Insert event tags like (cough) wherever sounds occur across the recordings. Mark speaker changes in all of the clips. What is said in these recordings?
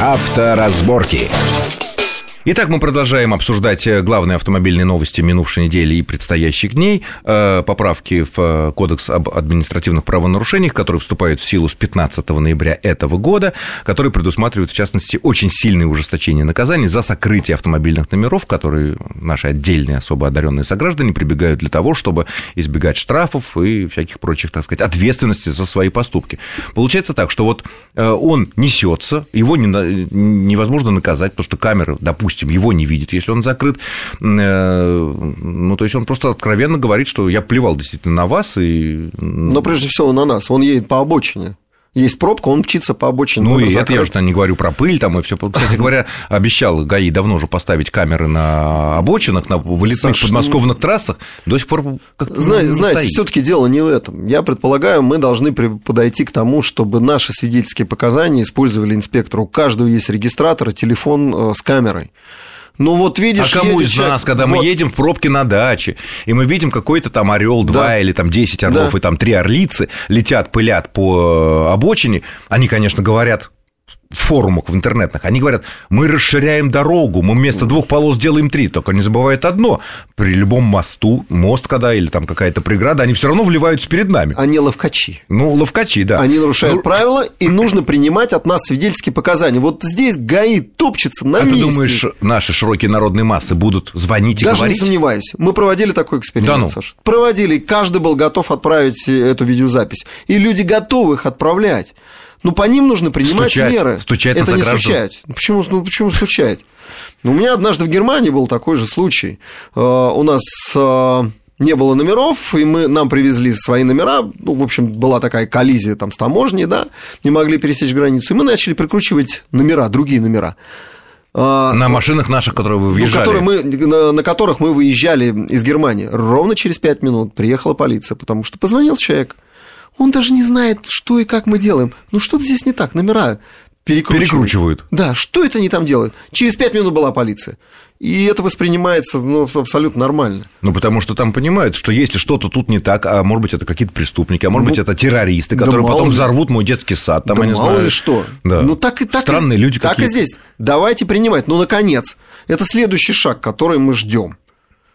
Speaker 1: Авторазборки.
Speaker 2: Итак, мы продолжаем обсуждать э, главные автомобильные новости минувшей недели и предстоящих дней. Э, Поправки в э, Кодекс об административных правонарушениях, которые вступают в силу с 15 ноября этого года, которые предусматривают, в частности, очень сильное ужесточение наказаний за сокрытие автомобильных номеров, которые наши отдельные особо одаренные сограждане прибегают для того, чтобы избегать штрафов и всяких прочих, так сказать, ответственности за свои поступки. Получается так, что вот э, он несется, его не на- невозможно наказать, потому что камеры, допустим, его не видит, если он закрыт. М, э, Ну, то есть он просто откровенно говорит, что я плевал действительно на вас и... м,
Speaker 3: Но прежде всего на нас. Он едет по обочине. Есть пробка, он мчится по обочине.
Speaker 2: Ну,
Speaker 3: надо
Speaker 2: и это я
Speaker 3: закрыть.
Speaker 2: уже не говорю про пыль там и все. Кстати говоря, обещал ГАИ давно уже поставить камеры на обочинах, на вылетных
Speaker 3: Смешно.
Speaker 2: подмосковных трассах. До сих пор как-то
Speaker 3: Зна-
Speaker 2: не
Speaker 3: знаете,
Speaker 2: стоит.
Speaker 3: все-таки дело не в этом. Я предполагаю, мы должны при- подойти к тому, чтобы наши свидетельские показания использовали инспектору. У каждого есть регистратор и телефон э, с камерой. Ну вот
Speaker 2: А
Speaker 3: видишь,
Speaker 2: кому
Speaker 3: едет
Speaker 2: из
Speaker 3: человек-
Speaker 2: нас, когда
Speaker 3: вот,
Speaker 2: мы едем в пробке на даче, и мы видим какой-то там орел 2
Speaker 3: Да.
Speaker 2: или там 10 орлов
Speaker 3: Да.
Speaker 2: и там 3 орлицы летят, пылят по э, обочине, они, конечно, говорят в форумах в интернетных, они говорят, мы расширяем дорогу, мы вместо двух полос делаем три, только не забывают одно, при любом мосту, мост когда или там какая-то преграда, они все равно вливаются перед нами.
Speaker 3: Они ловкачи.
Speaker 2: Ну, ловкачи, да.
Speaker 3: А
Speaker 2: Ну,
Speaker 3: Они нарушают правила, и нужно принимать от нас свидетельские показания. Вот здесь ГАИ топчется на
Speaker 2: А ты
Speaker 3: месте.
Speaker 2: думаешь, наши широкие народные массы будут звонить и
Speaker 3: Даже
Speaker 2: говорить?
Speaker 3: не сомневаюсь. Мы проводили такой эксперимент,
Speaker 2: Да ну.
Speaker 3: Саша. Проводили, и каждый был готов отправить э, эту видеозапись. И люди готовы их отправлять. Но по ним нужно принимать
Speaker 2: Стучать.
Speaker 3: меры.
Speaker 2: Стучать на
Speaker 3: Это не
Speaker 2: заграждан.
Speaker 3: стучать. Ну, Почему, ну, почему стучать? Ну, У меня однажды в Германии был такой же случай. Э, У нас э, не было номеров, и мы, нам привезли свои номера. Ну, в общем, была такая коллизия там с таможней, да, не могли пересечь границу. И мы начали прикручивать номера, другие номера. Э,
Speaker 2: На машинах наших, которые вы
Speaker 3: ну,
Speaker 2: въезжали.
Speaker 3: которые мы, на, на которых мы выезжали из Германии. Ровно через пять минут приехала полиция, потому что позвонил человек. Он даже не знает, что и как мы делаем. Ну, что-то здесь не так, номера перекручивают.
Speaker 2: Перекручивают.
Speaker 3: Да, что это они там делают? Через пять минут была полиция. И это воспринимается ну, абсолютно нормально.
Speaker 2: Ну, потому что там понимают, что если что-то тут не так, а может быть, это какие-то преступники, а может
Speaker 3: Ну,
Speaker 2: быть, это террористы,
Speaker 3: да
Speaker 2: которые
Speaker 3: мало
Speaker 2: потом
Speaker 3: ли.
Speaker 2: взорвут мой детский сад. Там,
Speaker 3: да
Speaker 2: я не
Speaker 3: мало
Speaker 2: знаю.
Speaker 3: ли что.
Speaker 2: Да.
Speaker 3: Ну, так и так. и-
Speaker 2: Странные люди
Speaker 3: Так
Speaker 2: какие-то.
Speaker 3: и здесь. Давайте принимать. Ну, наконец. Это следующий шаг, который мы ждем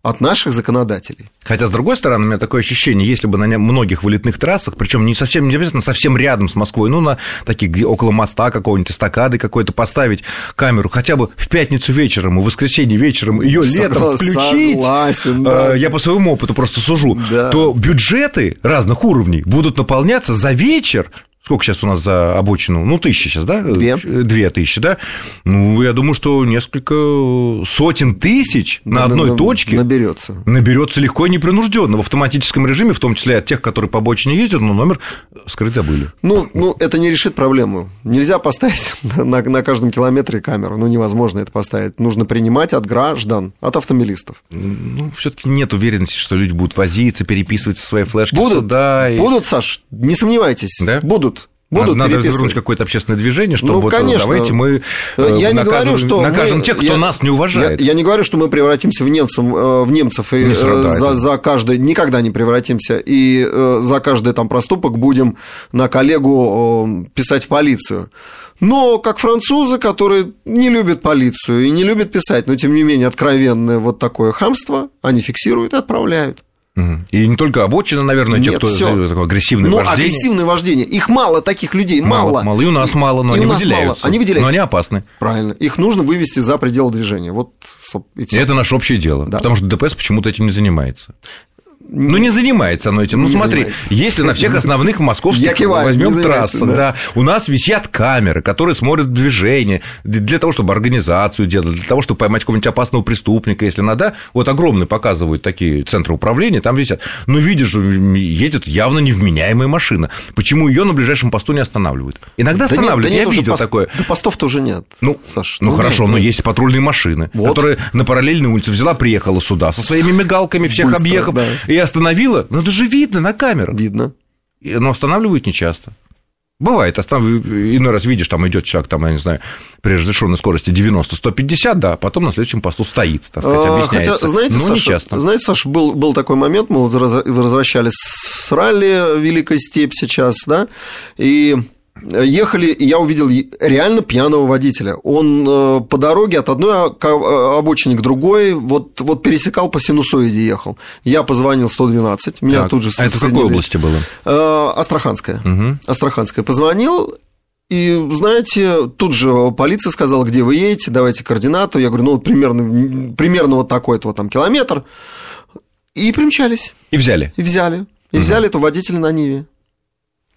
Speaker 3: от наших законодателей.
Speaker 2: Хотя, с другой стороны, у меня такое ощущение, если бы на ня- многих вылетных трассах, причем не совсем, не обязательно совсем рядом с Москвой, ну, на таких, где около моста какого-нибудь, эстакады какой-то поставить камеру, хотя бы в пятницу вечером и в воскресенье вечером ее летом
Speaker 3: Согла-
Speaker 2: включить,
Speaker 3: согласен, да.
Speaker 2: э, я по своему опыту просто сужу,
Speaker 3: Да.
Speaker 2: то бюджеты разных уровней будут наполняться за вечер, Сколько сейчас у нас за обочину? Ну, тысяча сейчас, да?
Speaker 3: Две.
Speaker 2: Э, Две тысячи, да? Ну, я думаю, что несколько э, сотен тысяч на одной точке
Speaker 3: Наберется.
Speaker 2: наберется легко и непринужденно в автоматическом режиме, в том числе и от тех, которые по обочине ездят, но номер скрыть забыли.
Speaker 3: Ну, ну, это не решит проблему. Нельзя поставить (laughs) на, на- на каждом километре камеру. Ну, невозможно это поставить. Нужно принимать от граждан, от автомобилистов.
Speaker 2: Ну, все-таки нет уверенности, что люди будут возиться, переписывать со своей флешки
Speaker 3: Будут,
Speaker 2: сюда. и-
Speaker 3: будут, Саш, не сомневайтесь.
Speaker 2: Да?
Speaker 3: Будут.
Speaker 2: Надо-
Speaker 3: Будут
Speaker 2: Надо развернуть
Speaker 3: переписывать.
Speaker 2: какое-то общественное движение, чтобы
Speaker 3: Ну,
Speaker 2: вот,
Speaker 3: конечно.
Speaker 2: давайте мы
Speaker 3: Э,
Speaker 2: э,
Speaker 3: я не говорю,
Speaker 2: наказываем-
Speaker 3: что мы-
Speaker 2: накажем тех, кто
Speaker 3: я-
Speaker 2: нас не уважает.
Speaker 3: Я, я не говорю, что мы превратимся в, немцам, э, в немцев и
Speaker 2: Не
Speaker 3: э,
Speaker 2: срода это.
Speaker 3: за, за каждый никогда не превратимся и э, за каждый там проступок будем на коллегу э, писать в полицию. Но как французы, которые не любят полицию и не любят писать, но тем не менее откровенное вот такое хамство, они фиксируют и отправляют.
Speaker 2: Мгм. И не только обочина, наверное, те,
Speaker 3: Нет,
Speaker 2: кто
Speaker 3: всё.
Speaker 2: за такое агрессивное
Speaker 3: Ну,
Speaker 2: вождение.
Speaker 3: агрессивное вождение. Их мало, таких людей, мало.
Speaker 2: Мало, мало. И у нас мало, но
Speaker 3: и
Speaker 2: они
Speaker 3: у нас мало.
Speaker 2: выделяются.
Speaker 3: Они
Speaker 2: Но
Speaker 3: выделяются.
Speaker 2: они опасны.
Speaker 3: Правильно. Их нужно вывести за пределы движения. Вот соб- и
Speaker 2: И
Speaker 3: всё.
Speaker 2: это наше общее дело.
Speaker 3: Да.
Speaker 2: Потому что ДПС почему-то этим не занимается. Ну, не занимается оно этим. Ну,
Speaker 3: Не
Speaker 2: смотри,
Speaker 3: занимается.
Speaker 2: если на всех основных
Speaker 3: Я
Speaker 2: московских
Speaker 3: киваю, не
Speaker 2: возьмем
Speaker 3: занимается,
Speaker 2: трассах, да.
Speaker 3: да.
Speaker 2: у нас висят камеры, которые смотрят движение д- для того, чтобы организацию делать, для того, чтобы поймать какого-нибудь опасного преступника, если надо. Вот огромные показывают такие центры управления, там висят. Но видишь, м, едет явно невменяемая машина. Почему ее на ближайшем посту не останавливают? Иногда
Speaker 3: Да нет,
Speaker 2: останавливают,
Speaker 3: да нет,
Speaker 2: я
Speaker 3: уже
Speaker 2: видел
Speaker 3: пост-
Speaker 2: такое.
Speaker 3: Да постов-то уже нет,
Speaker 2: Ну,
Speaker 3: Саш.
Speaker 2: ну, хорошо,
Speaker 3: нет,
Speaker 2: но
Speaker 3: нет.
Speaker 2: есть патрульные машины,
Speaker 3: Вот.
Speaker 2: которые на параллельной улице взяла, приехала сюда со своими мигалками, всех
Speaker 3: Быстро,
Speaker 2: объехав,
Speaker 3: да.
Speaker 2: и остановила. Ну, это же видно на камерах.
Speaker 3: Видно.
Speaker 2: И- Но останавливают нечасто. Бывает, а останов- иной раз видишь, там идет человек, там, я не знаю, при разрешенной скорости 90-150, да, а потом на следующем посту стоит, так сказать,
Speaker 3: А,
Speaker 2: объясняется. Ну,
Speaker 3: Хотя, знаете,
Speaker 2: но
Speaker 3: Саша,
Speaker 2: нечасто.
Speaker 3: знаете, Саша, был, был такой момент, мы вот раз- возвращались с ралли «Великая степь» сейчас, да, и ехали, и я увидел реально пьяного водителя. Он э, по дороге от одной обочины к другой вот, вот пересекал по синусоиде ехал. Я позвонил 112, меня
Speaker 2: Так,
Speaker 3: тут же
Speaker 2: а это в какой
Speaker 3: соединили.
Speaker 2: области было?
Speaker 3: Э, Астраханская.
Speaker 2: Мгм.
Speaker 3: Астраханская. Позвонил, и, знаете, тут же полиция сказала, где вы едете, давайте координату. Я говорю, ну, вот примерно, примерно вот такой-то вот там километр. И примчались,
Speaker 2: И взяли.
Speaker 3: и взяли. И взяли этого водителя на Ниве.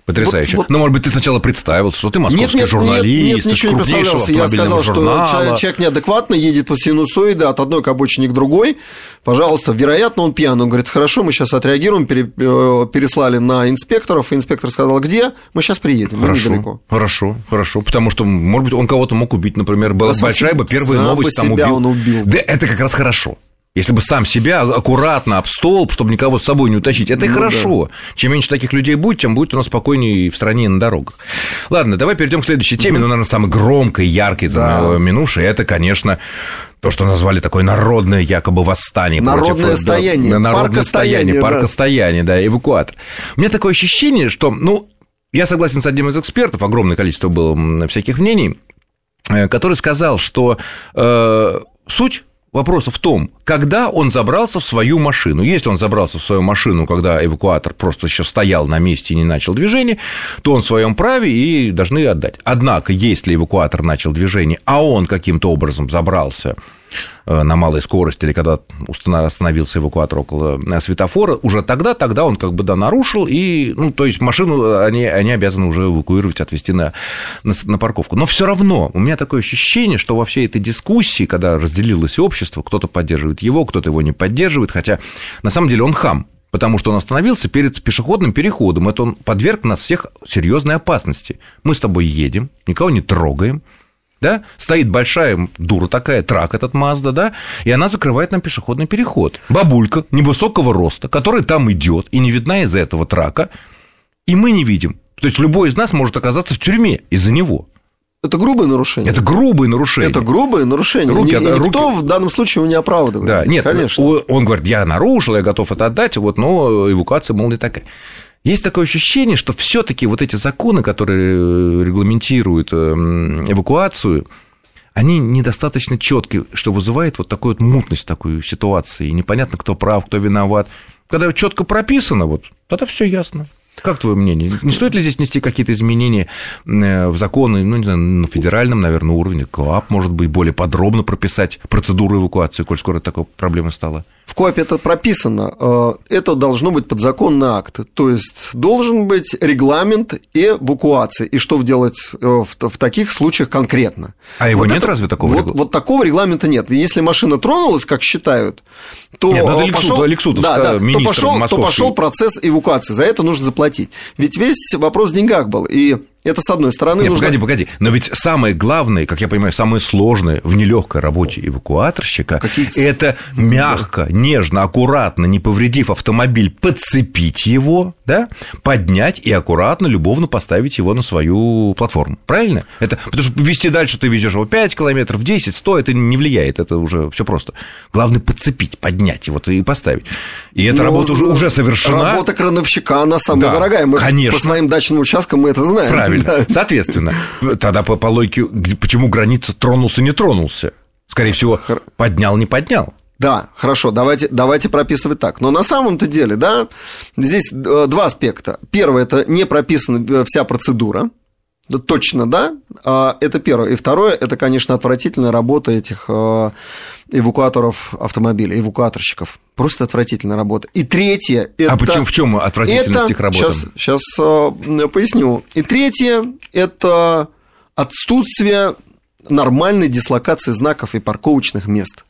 Speaker 2: Потрясающе.
Speaker 3: Вот- вот-
Speaker 2: Ну, может быть, ты сначала представил, что ты московский
Speaker 3: нет,
Speaker 2: журналист, ты
Speaker 3: ничего
Speaker 2: из
Speaker 3: не
Speaker 2: крупнейшего
Speaker 3: представлялся. Я
Speaker 2: автомобильного
Speaker 3: сказал,
Speaker 2: журнала.
Speaker 3: что человек, человек неадекватно едет по синусоиде от одной к обочине к другой. Пожалуйста, вероятно, он пьян. Он говорит, хорошо, мы сейчас отреагируем, пере- э, переслали на инспекторов. Инспектор сказал, где? Мы сейчас приедем, мы недалеко.
Speaker 2: Хорошо, хорошо, хорошо. Потому что, может быть, он кого-то мог убить, например, была
Speaker 3: Да сам
Speaker 2: большая бы
Speaker 3: себе-
Speaker 2: первая
Speaker 3: сам
Speaker 2: новость
Speaker 3: бы
Speaker 2: там
Speaker 3: себя
Speaker 2: убил.
Speaker 3: он убил.
Speaker 2: Да, это как раз хорошо. Если бы сам себя аккуратно об столб, чтобы никого с собой не утащить, это и
Speaker 3: Ну
Speaker 2: хорошо. Чем меньше таких людей будет, тем будет у нас спокойнее и в стране, и на дорогах. Ладно, давай перейдем к следующей теме, но, наверное, самой громкой, яркой за
Speaker 3: Да.
Speaker 2: минувшей, это, конечно, то, что назвали такое народное якобы восстание.
Speaker 3: Народное
Speaker 2: против, да,
Speaker 3: стояние,
Speaker 2: народное
Speaker 3: паркостояние,
Speaker 2: стояние,
Speaker 3: да.
Speaker 2: парко- состоянии, да, эвакуатор. У меня такое ощущение, что, ну, я согласен с одним из экспертов, огромное количество было м, всяких мнений, э, который сказал, что э, суть вопроса в том, когда он забрался в свою машину. Если он забрался в свою машину, когда эвакуатор просто еще стоял на месте и не начал движение, то он в своем праве и должны отдать. Однако, если эвакуатор начал движение, а он каким-то образом забрался э, на малой скорости или когда устана- остановился эвакуатор около э, светофора, уже тогда, тогда он как бы, да, нарушил, и, ну, то есть машину они, они обязаны уже эвакуировать, отвезти на, на, с- на парковку. Но все равно у меня такое ощущение, что во всей этой дискуссии, когда разделилось общество, кто-то поддерживает его, кто-то его не поддерживает, хотя на самом деле он хам, потому что он остановился перед пешеходным переходом. Это он подверг нас всех серьезной опасности. Мы с тобой едем, никого не трогаем, да, стоит большая дура такая, трак этот Мазда, да, и она закрывает нам пешеходный переход. Бабулька невысокого роста, которая там идет и не видна из-за этого трака, и мы не видим. То есть любой из нас может оказаться в тюрьме из-за него.
Speaker 3: Это грубое нарушение.
Speaker 2: Это грубые нарушения.
Speaker 3: Это грубое нарушение.
Speaker 2: Руки
Speaker 3: Ни-
Speaker 2: отда-
Speaker 3: никто
Speaker 2: руки-
Speaker 3: в данном случае его не оправдывает.
Speaker 2: Да, нет,
Speaker 3: конечно.
Speaker 2: о- он говорит, я нарушил, я готов это отдать, вот, но эвакуация, мол, не такая. Есть такое ощущение, что все-таки вот эти законы, которые э, регламентируют э, м, эвакуацию, они недостаточно четкие, что вызывает вот такую вот мутность такой ситуации. И непонятно, кто прав, кто виноват. Когда четко прописано, вот, тогда все ясно. Как твое мнение? Не стоит ли здесь внести какие-то изменения э, в законы, ну, не знаю, на федеральном, наверное, уровне, КЛАП, может быть, более подробно прописать процедуру эвакуации, коль скоро такой проблемой стало?
Speaker 3: В КОАПе это прописано. э, Это должно быть подзаконный акт. То есть должен быть регламент эвакуации. И что делать э, в, т- в таких случаях конкретно.
Speaker 2: А его
Speaker 3: Вот
Speaker 2: нет
Speaker 3: это-
Speaker 2: разве такого?
Speaker 3: Вот,
Speaker 2: регла-
Speaker 3: вот такого регламента нет. И Если машина тронулась, как считают, то
Speaker 2: Нет, надо
Speaker 3: э,
Speaker 2: Алексу-
Speaker 3: пошел-
Speaker 2: Алексуту,
Speaker 3: да,
Speaker 2: ста-
Speaker 3: да, то
Speaker 2: министром
Speaker 3: пошел, то
Speaker 2: московским.
Speaker 3: пошел процесс эвакуации. За это нужно заплатить. Ведь весь вопрос в деньгах был. И это с одной стороны
Speaker 2: Нет,
Speaker 3: нужно...
Speaker 2: погоди, погоди. Но ведь самое главное, как я понимаю, самое сложное в нелегкой работе эвакуаторщика
Speaker 3: Какие-
Speaker 2: это мягко, нежно, аккуратно, не повредив автомобиль, подцепить его, да, поднять и аккуратно, любовно поставить его на свою платформу. Правильно? Это, потому что вести дальше ты везешь его 5 километров, 10, 100, это не влияет, это уже все просто. Главное подцепить, поднять его и поставить. И эта
Speaker 3: Ну,
Speaker 2: работа уже,
Speaker 3: з-
Speaker 2: уже совершена.
Speaker 3: Работа крановщика, она самая
Speaker 2: Да,
Speaker 3: дорогая. Мы
Speaker 2: конечно.
Speaker 3: по своим дачным участкам мы это знаем.
Speaker 2: (laughs) Правильно.
Speaker 3: Да.
Speaker 2: Соответственно, тогда по, по логике, г- почему граница тронулся, не тронулся? Скорее всего, поднял, не поднял.
Speaker 3: Да, хорошо, давайте, давайте прописывать так. Но на самом-то деле, да, здесь э, два аспекта. Первое, это не прописана э, вся процедура. Да, точно, да, А, это первое. И второе, это, конечно, отвратительная работа этих э, эвакуаторов автомобилей, эвакуаторщиков. Просто отвратительная работа. И третье, это...
Speaker 2: А почему в чем отвратительность их работы?
Speaker 3: Сейчас, э, поясню. И третье – это отсутствие нормальной дислокации знаков и парковочных мест.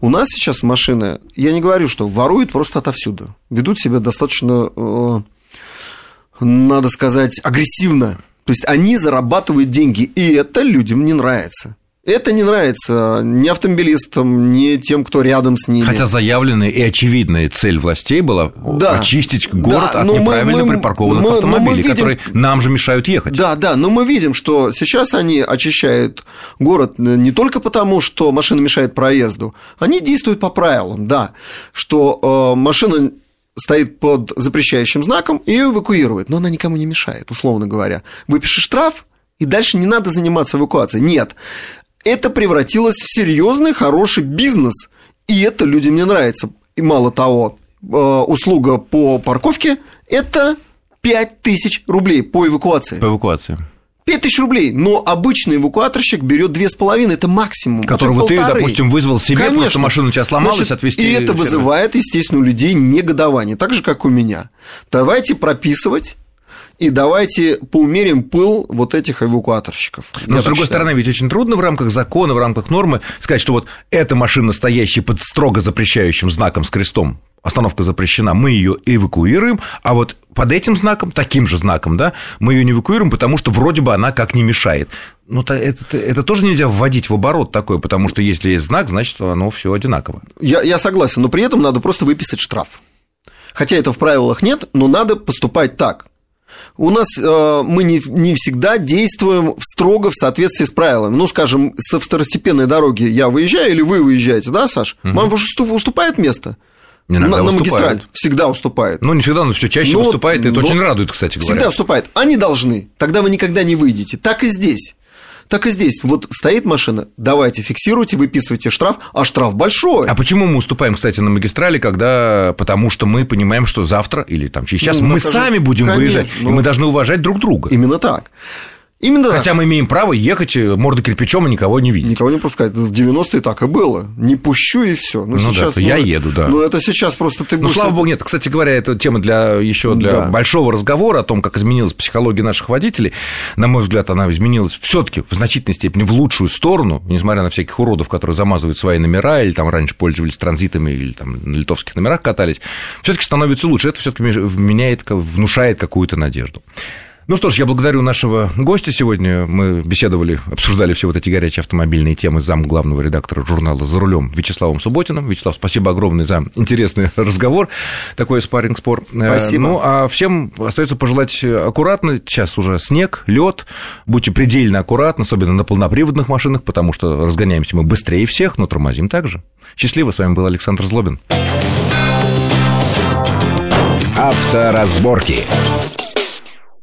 Speaker 3: У нас сейчас машины, я не говорю, что воруют просто отовсюду. Ведут себя достаточно, э, надо сказать, агрессивно. То есть они зарабатывают деньги, и это людям не нравится. Это не нравится ни автомобилистам, ни тем, кто рядом с ними.
Speaker 2: Хотя заявленная и очевидная цель властей была
Speaker 3: Да.
Speaker 2: очистить город
Speaker 3: Да,
Speaker 2: от
Speaker 3: но мы-
Speaker 2: неправильно
Speaker 3: мы-
Speaker 2: припаркованных
Speaker 3: мы- но мы
Speaker 2: автомобилей,
Speaker 3: видим-
Speaker 2: которые нам же мешают ехать.
Speaker 3: Да, да, но мы видим, что сейчас они очищают город не только потому, что машина мешает проезду, они действуют по правилам, да, что э, машина стоит под запрещающим знаком, и ее эвакуируют. Но она никому не мешает, условно говоря. Выпиши штраф, и дальше не надо заниматься эвакуацией. Нет. Это превратилось в серьезный, хороший бизнес. И это людям не нравится. И мало того, э, услуга по парковке – это 5000 рублей по эвакуации.
Speaker 2: По эвакуации.
Speaker 3: 5 тысяч рублей, но обычный эвакуаторщик берет 2,5, это максимум.
Speaker 2: Которого
Speaker 3: это
Speaker 2: ты,
Speaker 3: полторы.
Speaker 2: допустим, вызвал себе,
Speaker 3: Конечно.
Speaker 2: потому что машина у тебя сломалась,
Speaker 3: Значит,
Speaker 2: отвезти...
Speaker 3: И
Speaker 2: её
Speaker 3: это
Speaker 2: в сервис.
Speaker 3: вызывает, естественно, у людей негодование, так же, как у меня. Давайте прописывать и давайте поумерим пыл вот этих эвакуаторщиков.
Speaker 2: Но,
Speaker 3: Я
Speaker 2: с другой
Speaker 3: так считаю.
Speaker 2: стороны, ведь очень трудно в рамках закона, в рамках нормы сказать, что вот эта машина, стоящая под строго запрещающим знаком с крестом, остановка запрещена, мы ее эвакуируем, а вот под этим знаком, таким же знаком, да, мы ее не эвакуируем, потому что вроде бы она как не мешает. Ну, та- это, это тоже нельзя вводить в оборот такое, потому что если есть знак, значит, оно все одинаково.
Speaker 3: Я, я согласен, но при этом надо просто выписать штраф. Хотя это в правилах нет, но надо поступать так. У нас э, мы не, не всегда действуем строго в соответствии с правилами. Ну, скажем, со второстепенной дороги я выезжаю или вы выезжаете, да, Саш? Вам уступ- уступает место?
Speaker 2: Иногда
Speaker 3: на, на
Speaker 2: уступают.
Speaker 3: магистраль всегда уступает.
Speaker 2: Ну, не всегда, но все чаще
Speaker 3: Ну,
Speaker 2: выступает, и это
Speaker 3: ну,
Speaker 2: очень радует, кстати говоря.
Speaker 3: Всегда уступает. Они должны. Тогда вы никогда не выйдете. Так и здесь. Так и здесь. Вот стоит машина, давайте фиксируйте, выписывайте штраф, а штраф большой.
Speaker 2: А почему мы уступаем, кстати, на магистрали, когда... Потому что мы понимаем, что завтра или там через час
Speaker 3: Ну,
Speaker 2: мы
Speaker 3: накажу.
Speaker 2: сами будем
Speaker 3: Конечно,
Speaker 2: выезжать,
Speaker 3: ну.
Speaker 2: и мы должны уважать друг друга.
Speaker 3: Именно так. Именно так.
Speaker 2: Хотя мы имеем право ехать э, мордой кирпичом и никого не видеть.
Speaker 3: Никого не пускают. В 90-е так и было. Не пущу и все.
Speaker 2: Ну да, это я еду, да.
Speaker 3: Ну это сейчас просто ты
Speaker 2: Ну,
Speaker 3: будешь-
Speaker 2: слава богу, нет. Кстати говоря, это тема для еще для
Speaker 3: Да.
Speaker 2: большого разговора о том, как изменилась психология наших водителей. На мой взгляд, она изменилась все-таки в значительной степени в лучшую сторону, несмотря на всяких уродов, которые замазывают свои номера или там раньше пользовались транзитами или там на литовских номерах катались. Все-таки становится лучше. Это все-таки меняет, ка- внушает какую-то надежду. Ну что ж, я благодарю нашего гостя сегодня. Мы беседовали, обсуждали все вот эти горячие автомобильные темы с зам главного редактора журнала «За рулем» Вячеславом Субботиным. Вячеслав, спасибо огромное за интересный (laughs) разговор, такой спарринг спор
Speaker 3: Спасибо.
Speaker 2: Ну, а всем остается пожелать э, аккуратно. Сейчас уже снег, лед. Будьте предельно аккуратны, особенно на полноприводных машинах, потому что разгоняемся мы быстрее всех, но тормозим также. Счастливо, с вами был Александр Злобин.
Speaker 1: Авторазборки.